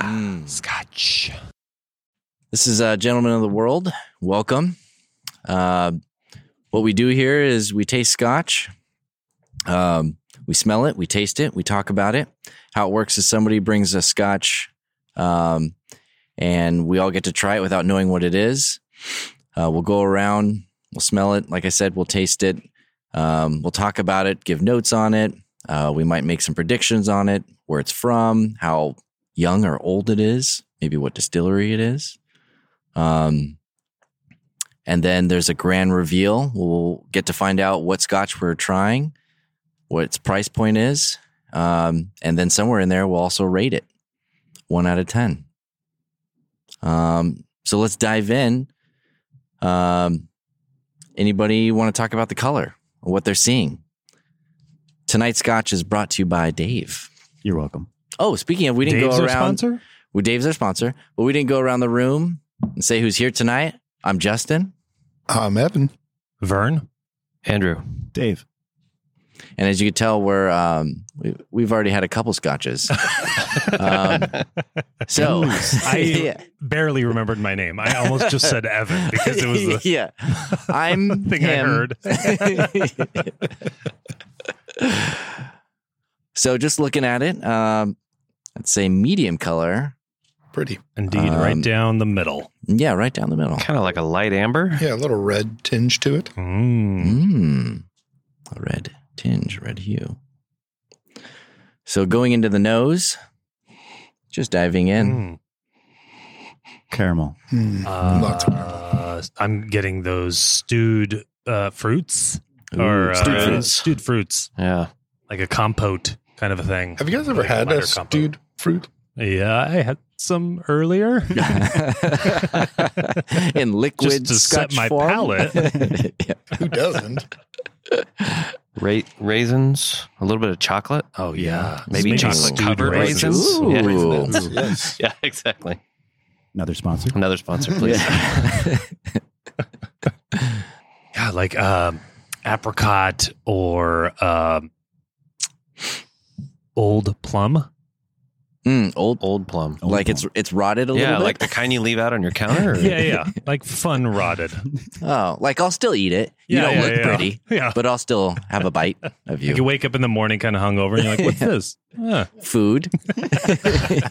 Mm. This is uh, Gentlemen of the World. Welcome. Uh, what we do here is we taste scotch. Um, we smell it, we taste it, we talk about it. How it works is somebody brings a scotch um, and we all get to try it without knowing what it is. Uh, we'll go around, we'll smell it. Like I said, we'll taste it. Um, we'll talk about it, give notes on it. Uh, we might make some predictions on it, where it's from, how young or old it is, maybe what distillery it is. Um, and then there's a grand reveal. We'll get to find out what scotch we're trying, what its price point is. Um, and then somewhere in there, we'll also rate it one out of 10. Um, so let's dive in. Um, anybody want to talk about the color or what they're seeing? Tonight's scotch is brought to you by Dave. You're welcome. Oh, speaking of, we didn't Dave's go our around. sponsor? Well, Dave's our sponsor, but we didn't go around the room and say who's here tonight. I'm Justin. I'm Evan. Vern, Andrew. Dave. And as you can tell, we're um, we, we've already had a couple scotches. um, so I yeah, barely remembered my name. I almost just said Evan because it was the yeah, I'm thing I him. heard. so just looking at it, um, I'd say medium color. Pretty. Indeed, Um, right down the middle. Yeah, right down the middle. Kind of like a light amber. Yeah, a little red tinge to it. Mm. Mm, a red tinge, red hue. So going into the nose, just diving in. Mm. Caramel. Hmm. Lots of Uh, I'm getting those stewed uh, fruits or Ooh, uh, stewed yeah. fruit. stewed fruits, Yeah. like a compote kind of a thing. Have you guys ever Like a had a lighter compote. stewed fruit? Yeah, I had some earlier. in liquid Just to set scotch my form. palate. Yeah. Who doesn't? Ra- raisins, a little bit of chocolate. oh yeah, Maybe chocolate stewed covered raisins. Ooh. Yeah, raisins. yes. Yeah, exactly. Another sponsor. Another sponsor, please. Yeah, like um, apricot or um, old plum. Mm, old, Old plum. Old like one. it's it's rotted a yeah, little bit. like the kind you leave out on your counter. or- Yeah, yeah, like fun rotted. oh, like I'll still eat it. You Yeah, don't yeah, look yeah. pretty, Yeah. but I'll still have a bite of Like you you. wake up in the morning kind of hungover and you're like, what's this? Huh. Food,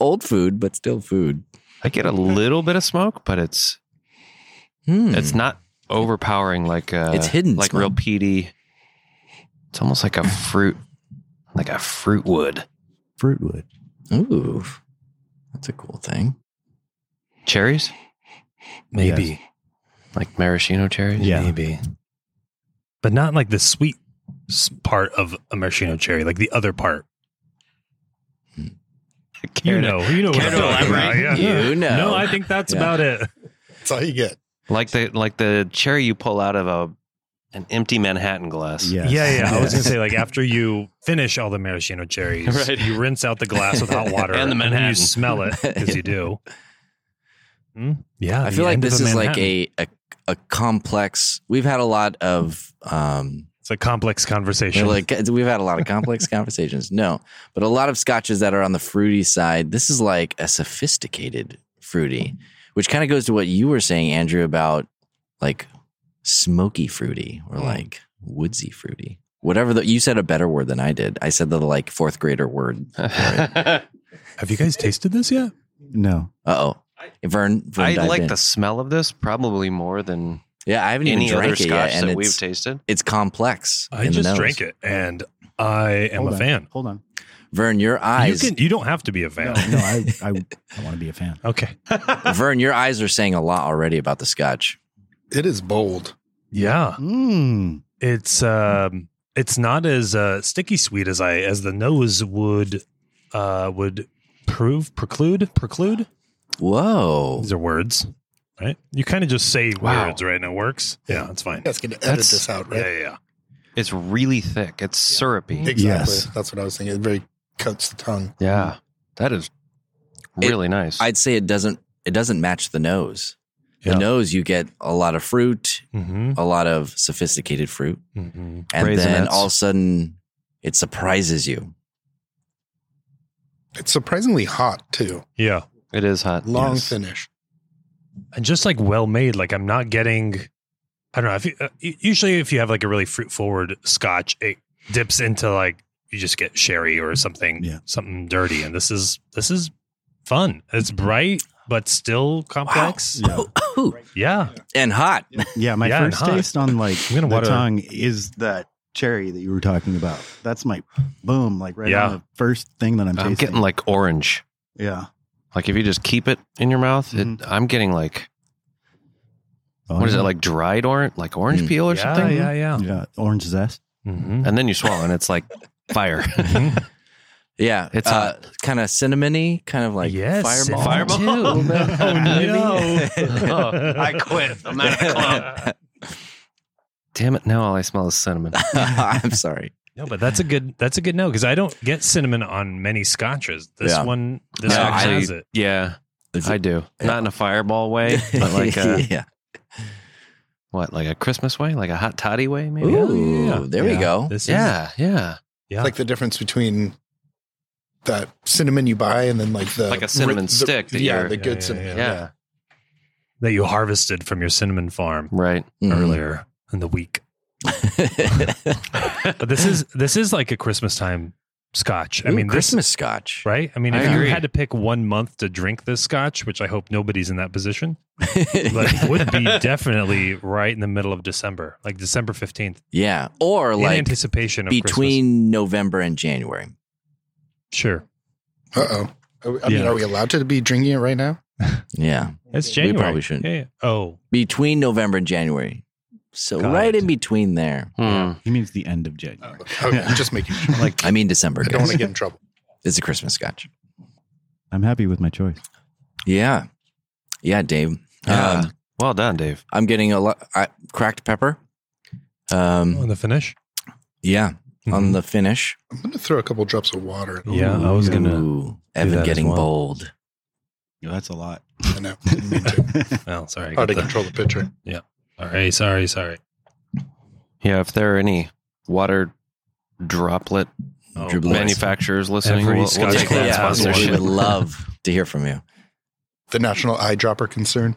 old food, but still food. I get a little bit of smoke, but it's Hmm. it's not overpowering like uh It's hidden like smoke. real peaty. It's almost like a fruit like a fruit wood. Fruitwood. Ooh, that's a cool thing. Cherries? Maybe. Like maraschino cherries? Yeah. Maybe. But not like the sweet s- part of a maraschino cherry, like the other part. You Care to- know, you know what care I'm to talking about. elaborate? yeah. You know. No, I think that's Yeah. about it. That's all you get. Like the like the cherry you pull out of a an empty Manhattan glass. Yes. Yeah, yeah. I was Yes. gonna say like after you finish all the maraschino cherries, Right. you rinse out the glass with hot water And the then Manhattan. you smell it because you do. Hmm? Yeah, Uh, I the feel like end of this is like Manhattan. a, a a complex. We've had a lot of um, it's a complex conversation. like we've had a lot of complex conversations. No, but a lot of scotches that are on the fruity side. This is like a sophisticated fruity, which kind of goes to what you were saying, Andrew, about like smoky fruity or Hmm. like woodsy fruity. Whatever the, you said a better word than I did. I said the like fourth grader word. Have you guys tasted this yet? No. Uh oh. Vern, Vern I dived like in. the smell of this probably more than Yeah, I haven't any even other drank it scotch yet, and that we've it's, tasted. it's complex. I in the just nose. drank it and I am Hold a on. fan. Hold on. Vern, your eyes, You can you don't have to be a No, fan. no I, I, I want to be a fan. Okay. Vern, your eyes are saying a lot already about the scotch. It is bold. Yeah. Mm. It's um it's not as uh sticky sweet as I as the nose would uh would prove preclude preclude Whoa, These are words, right? You kind of just say Wow. words, right? And it works. Yeah, it's fine. You guys can edit That's- this out, Yeah, right? yeah, yeah. It's really thick. It's syrupy. Exactly. Yes. That's what I was thinking. It very coats the tongue. Yeah. That is really nice. I'd say it doesn't it doesn't match the nose. Yeah. The nose, you get a lot of fruit, Mm-hmm. a lot of sophisticated fruit, Mm-hmm. and then Raisinets. all of a sudden, it surprises you. It's surprisingly hot, too. Yeah. It is hot. Long Yes. finish. and just like well made. Like I'm not getting, I don't know. If you, uh, u- usually if you have like a really fruit forward scotch, it dips into like you just get sherry or something, Yeah. something dirty. And this is this is fun. It's Mm-hmm. bright but still complex. Yeah. Yeah, and hot. Yeah, my Yeah, and first hot. taste on like I'm gonna the water- tongue is that cherry that you were talking about. That's my boom, like right Yeah. on the first thing that I'm tasting. I'm getting like orange. yeah. Like if you just keep it in your mouth, Mhm. it, I'm getting like Oh, what is yeah. it like dried orange, like orange Mm. peel or yeah, something? yeah, yeah. Oh, Yeah, orange zest. Mhm. And then you swallow, and it's like fire. Mhm. Yeah, It's uh, kind of cinnamony, kind of like Yes, fireball. Fireball. too. A little bit. Oh, no. Oh, I quit. I'm not in a club. Damn it! Now all I smell is cinnamon. I'm sorry. No, but that's a good that's a good no because I don't get cinnamon on many scotches. This Yeah. one, this No, one I- has it. Yeah, Is I it- do. yeah. Not in a fireball way, but like uh, a, yeah. what, like a Christmas way, like a hot toddy way, maybe. Ooh, yeah. there we Yeah. go. This is, Yeah, yeah, yeah. Like the difference between that cinnamon you buy and then like the Like a cinnamon the- stick that yeah, you're- the Yeah, good yeah, yeah, cinnamon. that you harvested from your cinnamon farm Right. Mhm. earlier in the week. But this is this is like a Christmas time scotch. I Ooh, mean, this, Christmas scotch. right? I mean, I if you agree. had to pick one month to drink this scotch, which I hope nobody's in that position, but it would be definitely right in the middle of December, like December fifteenth, yeah, or in like anticipation of Christmas. between November and January. Sure, Uh oh. I mean, Yeah. are we allowed to be drinking it right now? Yeah, it's January. probably shouldn't. Yeah, yeah. Oh, between November and January. So Got right it. in between there. Hmm. He means the end of Oh. January. Okay, I'm just making sure. Oh. like I mean December. I don't want Guys. to get in trouble. It's a Christmas scotch. I'm happy with my choice. Yeah, yeah, Dave. Yeah. Um, Well done, Dave. I'm getting a lot I, cracked pepper. Um, on the finish. yeah, mm-hmm. on the finish. I'm going to throw a couple drops of water. in. Yeah, I was gonna. Ooh, that Evan as getting well. bold. Yeah, that's a lot. I know. Didn't mean to. Well, sorry. I Hard to got control the picture. the- All right, sorry, sorry. Yeah, if there are any water droplet Oh, Dribble. boy. manufacturers listening, Every we'll, we'll Scotch take that Club has yeah, we sponsorship. would love to hear from you. The national eyedropper concern.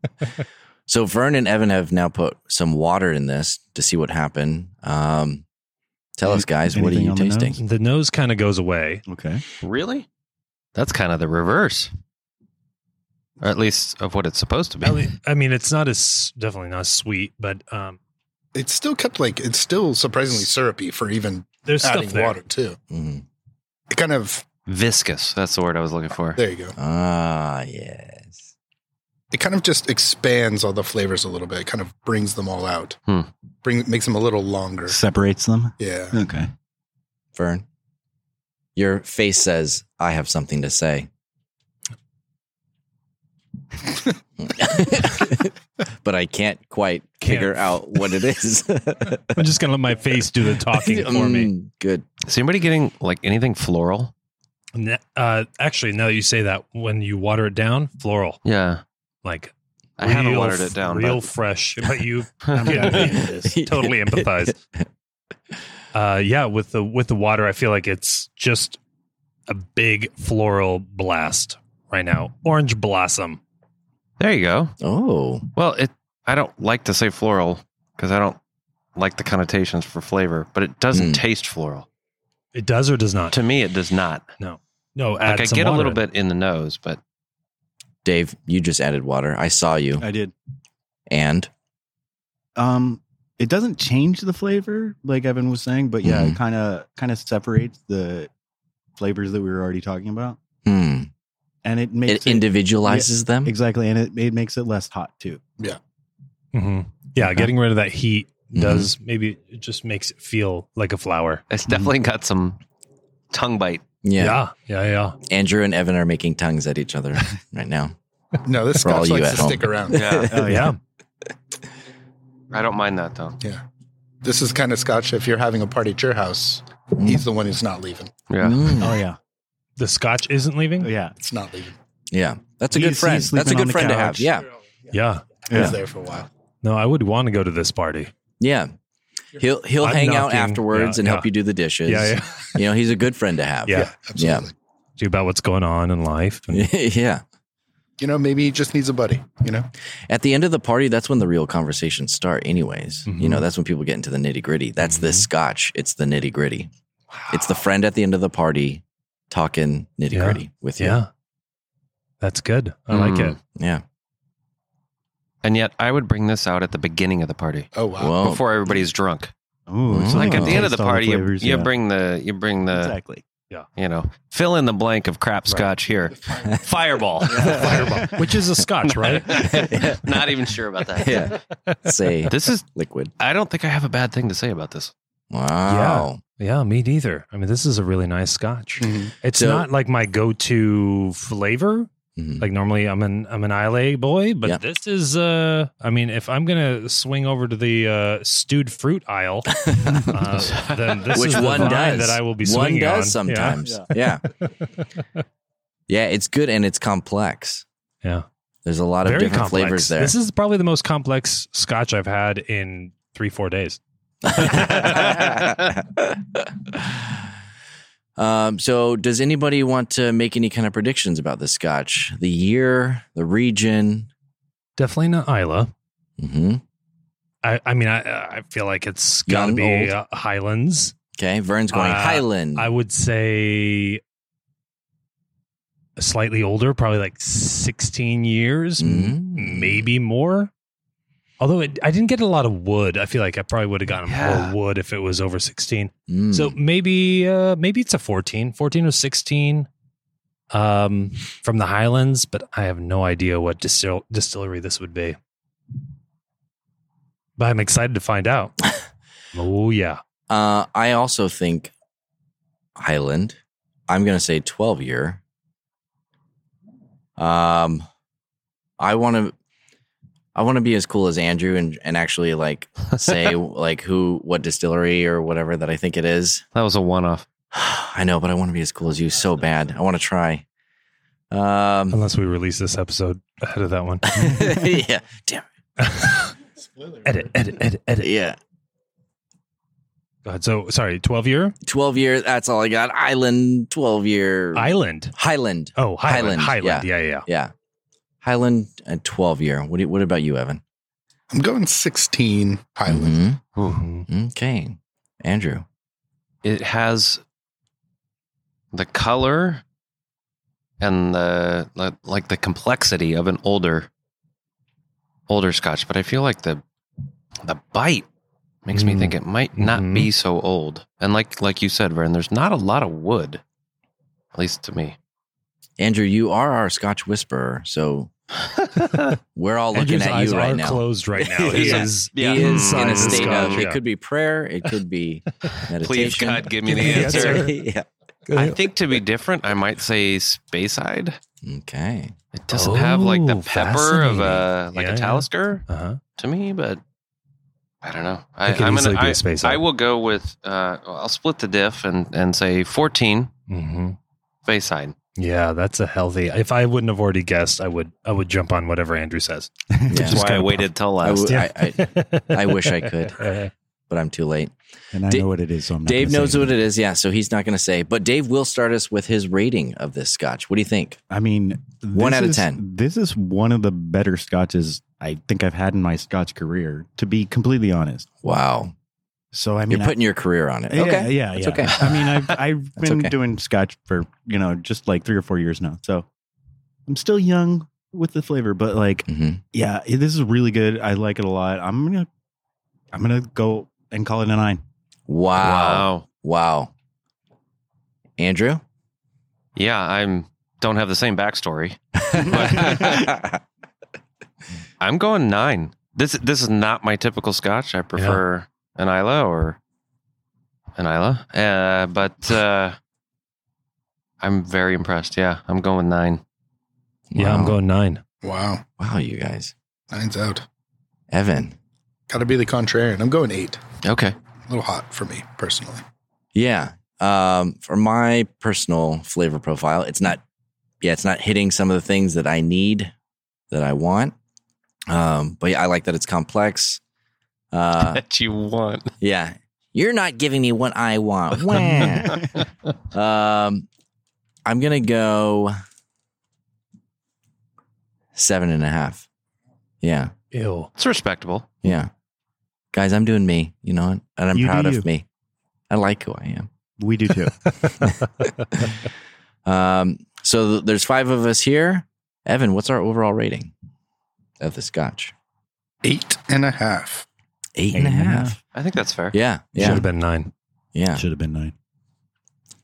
so Vern and Evan have now put some water in this to see what happened. Um, tell us, guys, what are Anything you on the nose? tasting? The nose kind of goes away. Okay. Really? That's kind of the reverse, or at least of what it's supposed to be. I mean- I mean, it's not as definitely not as sweet, but um, It's still kept like, it's still surprisingly syrupy for even there's adding stuff there. water too. Mm. It kind of, Viscous. That's the word I was looking for. there you go. Ah, yes. It kind of just expands all the flavors a little bit. It kind of brings them all out. Hmm. Bring makes them a little longer. Separates them. Yeah. Okay. Vern, your face says, I have something to say. but I can't quite Can't. figure out what it is. I'm just gonna let my face do the talking for me. Um, Mm, Good. Is anybody getting like anything floral? Ne- Uh, actually, now that you say that, when you water it down, floral, Yeah, like I haven't real- watered it down. real but- fresh. But you Yes. totally empathize. Uh, yeah, with the with the water, I feel like it's just a big floral blast right now. Orange blossom. there you go. Oh, Well, it. I don't like to say floral because I don't like the connotations for flavor, but it doesn't Mm. taste floral It does or does not. to me. It does not. no, add Like I some get a water little in. bit in the nose, but Dave, you just added water. I saw you. I did. And Um, it doesn't change the flavor, like Evan was saying, but yeah, Mm-hmm. it kind of kind of separates the flavors that we were already talking about, hmm, and it it makes it, individualizes them. exactly, and it, it makes it less hot too. Mhm. Yeah, getting rid of that heat Mhm. does maybe it just makes it feel like a flower. it's definitely got some tongue bite. Yeah. Yeah, yeah, yeah. Andrew and Evan are making tongues at each other right now. No, this For all scotch you likes at to home. stick around. Yeah, Oh yeah. I don't mind that though. This is kind of scotch. If you're having a party at your house, Mm. he's the one who's not leaving. Yeah. Mm. oh yeah, The scotch isn't leaving. Oh, yeah. It's not leaving. Yeah. That's a good He's- friend. he's That's a sleeping on good the friend to have. couch. Yeah. Yeah. He's Yeah. there for a while. No, I would want to go to this party. Yeah. He'll he'll I'm hang out knocking. afterwards Yeah, and yeah. help you do the dishes. Yeah, yeah. You know, he's a good friend to have. Yeah. absolutely. you about what's going on in life. And yeah. You know, maybe he just needs a buddy. You know, At the end of the party, that's when the real conversations start, anyways. You Mhm. know, that's when people get into the nitty gritty. That's this scotch. It's the nitty gritty. It's the friend at the end of the party talking nitty gritty with you. yeah, that's good. I like Mm. it. Yeah. And yet, I would bring this out at the beginning of the party oh wow, Well, before everybody's drunk. Ooh, it's Oh. Like at the Taste end of the all party, you, flavors, you yeah. bring the you bring the exactly. you know fill in the blank of crap scotch here, Mm-hmm. fireball. Fireball, which is a scotch, right? Not even sure about that. yeah. Say This is. liquid. I don't think I have a bad thing to say about this. Wow. Yeah, me neither. I mean, this is a really nice scotch. Mhm. It's So- not like my go-to flavor. Mhm. Like normally, I'm an I'm an ILA boy, but Yeah. this is. uh I mean, if I'm gonna swing over to the uh stewed fruit aisle, uh, then this Which is the one vine does that I will be One swinging does on. sometimes. Yeah. yeah. it's good and it's complex. Yeah. There's a lot of Very different complex. flavors there. This is probably the most complex scotch I've had in three four days. um, so, does anybody want to make any kind of predictions about the scotch? The year, the region? Definitely not Isla. hmm I, I mean, I I feel like it's got to Young, be old. uh, Highlands. Okay. Vern's going Uh, Highland. I would say slightly older, probably like 16 years, m- Mm. maybe more. Although it, I didn't get a lot of wood. I feel like I probably would have gotten Yeah. more wood if it was over 16. Mm. So maybe uh, maybe it's a 14, 14 or 16 um, from the Highlands, but I have no idea what distil- distillery this would be. But I'm excited to find out. oh, yeah. Uh, I also think Highland. I'm going to say 12 year. Um, I want to, I want to be as cool as Andrew and and actually like say like who what distillery or whatever that I think it is. That was a one-off. I know, but I want to be as cool as you so bad. I want to try. Um, Unless we release this episode ahead of that one. yeah, damn, edit, edit, edit, it, edit. yeah. Go ahead. So, sorry, 12 year Twelve year. That's all I got. Island. Twelve year. island. Highland. Oh, Highland, Highland. Highland. Yeah, yeah. yeah. Yeah. Highland and 12 year. What, do you- what about you, Evan? I'm going 16 Highland. Mhm. Mhm. Okay. Andrew. It has the color and the like, like the complexity of an older older Scotch, but I feel like the the bite makes me Mm. think it might not Mhm. be so old. And like like you said, Vern, there's not a lot of wood, at least to me. Andrew, you are our Scotch whisperer. So we're all looking Andrew's at eyes you right are now. closed right now. He Yeah. is. He is Mm. in inside a the state Scotch, of, yeah. it could be prayer, it could be meditation. Please God, give me Give the me the answer. answer. yeah. I think to be different, I might say Speyside. Okay. It doesn't have like the Oh, pepper of a fascinating. like Yeah, a yeah. Talisker Uh huh. to me, but I don't know. I, It could I'm easily gonna, be I, a space I out. will go with uh, I'll split the diff and and say 14 Mm-hmm. Bayside. Yeah, that's a healthy. If I wouldn't have already guessed, I would. I would jump on whatever Andrew says. Yeah. That's Just why kinda I waited till I last. would- I- I wish I could. Uh, But I'm too late. And I Da- know what it is. So I'm not Dave gonna knows say what it is. Yeah. So he's not going to say. But Dave will start us with his rating of this Scotch. What do you think? I mean, One this out of is- 10. This is one of the better scotches I think I've had in my scotch career. To be completely honest, Wow. so I mean, You're putting your career on it. I, yeah, okay. yeah, That's yeah. okay. I mean, I've I've That's been okay. doing scotch for you know just like three or four years now, so I'm still young with the flavor, but like, hmm yeah, it- this is really good. I like it a lot. I'm gonna I'm gonna go and call it a nine. Wow. Wow. Wow. Andrew? Yeah, I'm don't have the same backstory. I'm going nine. This this is not my typical Scotch. I prefer an Isla or an Isla, uh, but uh, I'm very impressed. Yeah, I'm going nine. yeah, I'm Wow. going nine. Wow, Wow, you guys. nine's out. Evan. Got to be the contrarian. I'm going eight. Okay. A little hot for me personally. Yeah. Um, for my personal flavor profile, it's not yeah, it's not hitting some of the things that I need that I want. Um, but yeah, I like that it's complex. Uh, that you want. yeah. You're not giving me what I want. Wah. um, I'm gonna go seven and a half. Yeah, Ew. It's respectable. yeah. Guys, I'm doing me. You know, what? and I'm You do proud of you. me. I like who I am. We do too. Um, so th- there's five of us here. Evan, what's our overall rating of the Scotch? Eight and a half. Eight and a half. I think that's fair. Yeah, Should yeah, have been nine. yeah. Should have been nine.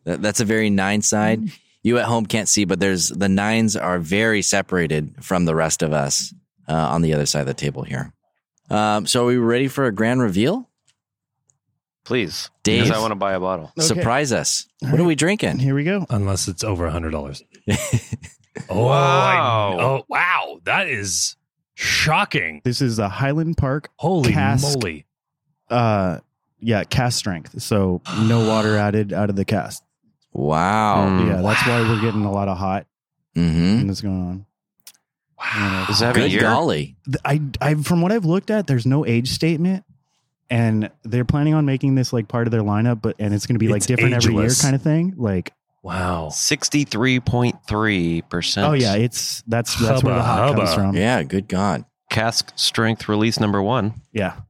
That, that's a very nine side. You at home can't see, but there's the nines are very separated from the rest of us uh, on the other side of the table here. Um, so are we ready for a grand reveal? Please. Dave, Because I want to buy a bottle. Okay. surprise us. What All are right. Mm-hmm. we drinking? Here we go. Unless it's over a hundred dollars. oh, Wow. I- oh wow. That is shocking. This is a Highland Park. Holy Cask. moly. Uh, yeah, cast strength. So no water added out of the cast. Wow. Mm. yeah, that's why we're getting a lot of hot Mm-hmm. and that's going on. Wow. Does it have a Good year? golly. Th- I, I, from what I've looked at, there's no age statement, and they're planning on making this like part of their lineup, but and it's going to be like It's different every year, ageless. kind of thing. Like, Wow. 63.3%. oh yeah, it's that's that's where the hot Hubba, comes hubba. from. Yeah, Yeah, good God. Cask strength release number one. yeah,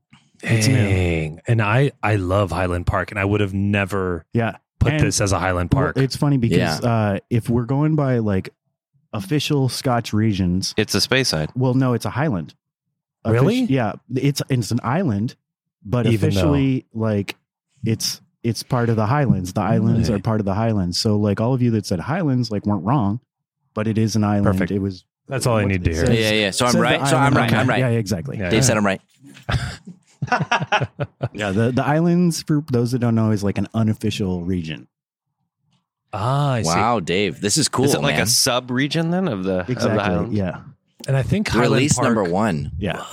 It's new. Dang. And I I love Highland Park and I would have never put And- this as a Highland Well, Park. it's funny because uh, if we're going by like official Scotch regions, It's a space side. well, no, it's a Highland. Really? yeah, it's it's an island, but Even though- officially, like it's it's part of the Highlands. The islands Really? are part of the Highlands. So, like all of you that said Highlands, like weren't wrong, but it is an island. Perfect. It was. That's all I what need did to it hear. say? Yeah, yeah. So I'm says the right. So I'm island. right. I'm Yeah, right. exactly. Yeah. Yeah. Dave said I'm right. the, the islands, for those that don't know, is like an unofficial region. ah, I see. Wow, Dave. This is cool. Is it like man. a sub region then of the, of the Exactly. island? Yeah. And I think Highland release Park- number one? Yeah.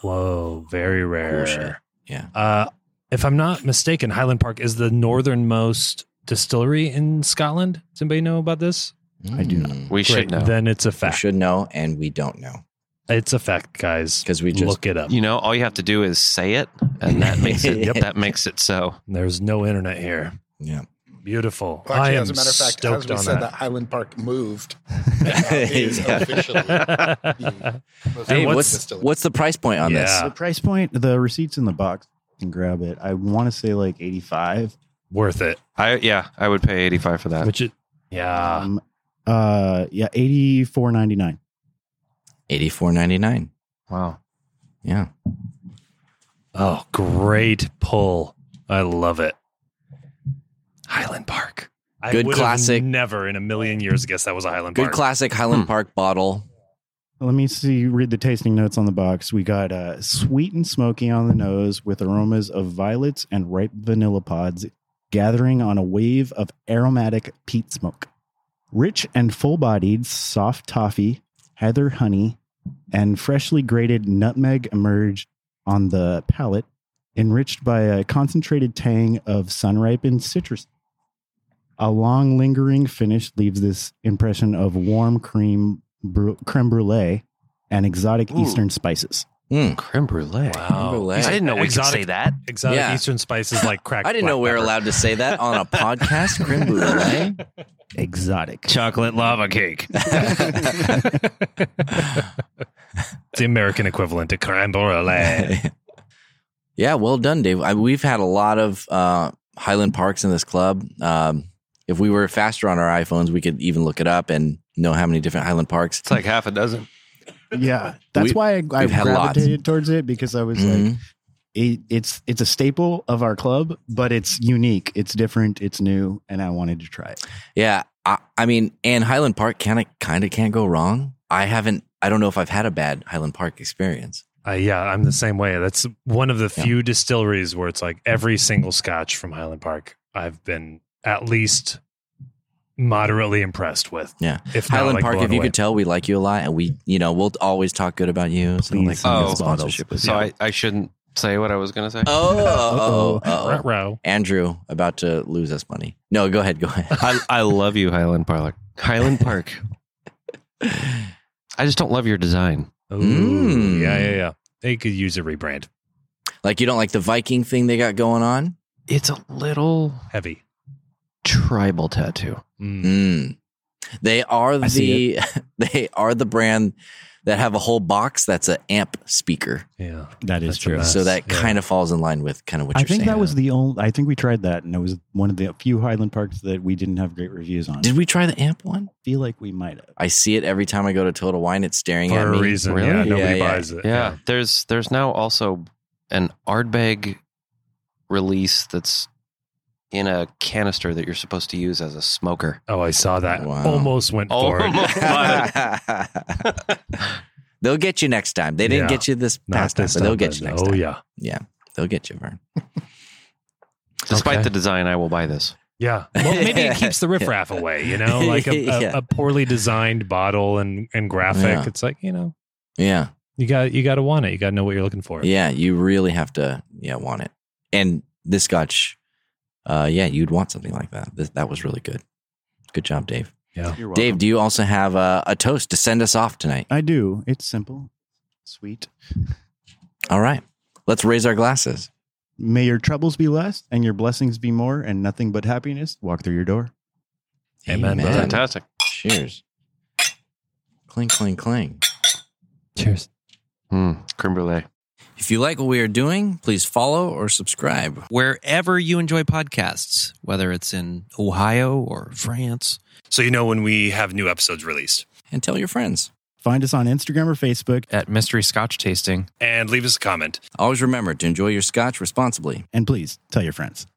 Whoa, very rare. shit. Yeah. Uh, if I'm not mistaken, Highland Park is the northernmost distillery in Scotland. Does anybody know about this? I do not. Mm. We should Great. know. Then it's a We fact. should know, and we don't know It's a fact, guys. because we just Look it up. you know, all you have to do is say it, and that makes it. Yep. That makes it so. There's no internet here. yeah. Beautiful. Well, actually, I am as a matter of fact, as stoked we on said, that. that. Highland Park moved. And now is Yeah. officially the most Hey, Dave, famous what's distillery. what's the price point on this? Yeah. The price point, the receipts in the box, you can grab it. I want to say like 85. Worth it. I yeah, I would pay eighty five for that. Which it, yeah. Um, uh, yeah, 84.99. Eighty four ninety nine. wow. Yeah. Oh, great pull. I love it. Highland Park. I Good would have classic. Never in a million years guessed that was a Highland Good Park. classic Highland Hmm. Park bottle. Let me see. Read the tasting notes on the box. We got uh, sweet and smoky on the nose with aromas of violets and ripe vanilla pods gathering on a wave of aromatic peat smoke. Rich and full bodied soft toffee, heather honey, and freshly grated nutmeg emerge on the palate, enriched by a concentrated tang of sun ripened citrus. A long lingering finish leaves this impression of warm cream bru- creme brulee and exotic Ooh. eastern spices. Creme brulee. Wow. Brulee. I didn't know we Exotic- could say that. Exotic Yeah. Eastern spices like cracked. I didn't know we were allowed to say that on a podcast. Creme brulee. Exotic. chocolate lava cake. the American equivalent to creme brulee. yeah, well done, Dave. I, we've had a lot of uh, Highland Parks in this club. Um, if we were faster on our iPhones, we could even look it up and know how many different Highland Parks. It's like half a dozen. Yeah, that's We- why I, I we've had lots. gravitated towards it because I was like, Mhm. it, it's it's a staple of our club, but it's unique, it's different, it's new, and I wanted to try it. Yeah, I, I mean, and Highland Park kind of kind of can't go wrong. I haven't. I don't know if I've had a bad Highland Park experience. Uh, yeah, I'm the same way. That's one of the Yeah. few distilleries where it's like every single scotch from Highland Park I've been at least moderately impressed with. Yeah. If Highland not, like, Park, if blown you away. could tell, we like you a lot, and we, you know, we'll always talk good about you. So Please like, send us no bottles. sponsorship is- So I, I shouldn't say what I was gonna say. Oh, oh, oh, Ruh, oh, row. Andrew about to lose us money. No, go ahead, go ahead. I I love you, Highland Park. Highland Park. I just don't love your design. Ooh, Mm. Yeah, yeah, yeah. They could use a rebrand. Like you don't like the Viking thing they got going on. It's a little Heavy. tribal tattoo. Mm. Mm. They are I see the they are the brand that have a whole box that's an amp speaker. Yeah. That is That's true. a mess. so that yeah. kind of falls in line with kind of what I you're think saying. that was the only. I think we tried that, and it was one of the few Highland parks that we didn't have great reviews on. Did we try the amp one? feel like we might have. I see it every time I go to Total Wine. It's staring at For me. a reason. Really? Yeah. Nobody Yeah, yeah. buys it. Yeah, there's there's now also an Ardbeg release that's in a canister that you're supposed to use as a smoker. Oh, I saw that. Wow. Almost went Oh for it. Almost bought it. they'll get you next time. They didn't Yeah. get you this Not past time, this but they'll time, get but you next Oh time. yeah. They'll get you, Vern. Despite Okay. the design, I will buy this. Yeah. Well, maybe it keeps the riffraff away, you know, like a, a, Yeah. a poorly designed bottle and, and graphic. Yeah. It's like, you know, Yeah. you got you got to want it. You got to know what you're looking for. Yeah. You really have to yeah, want it. And this scotch, uh, yeah, you'd want something like that. This, that was really good. Good job, Dave. You're welcome. Oh, Dave, do you also have a, a toast to send us off tonight? I do. It's simple, sweet. All right. Let's raise our glasses. May your troubles be less, and your blessings be more, and nothing but happiness walk through your door. Amen, brother. Amen. Fantastic. Cheers. Cling, cling, cling. Cheers. Mm, creme brulee. If you like what we are doing, please follow or subscribe. wherever you enjoy podcasts, whether it's in Ohio or France. So you know when we have new episodes released. and tell your friends. Find us on Instagram or Facebook, At Mystery Scotch Tasting. And leave us a comment. Always remember to enjoy your scotch responsibly. and please tell your friends.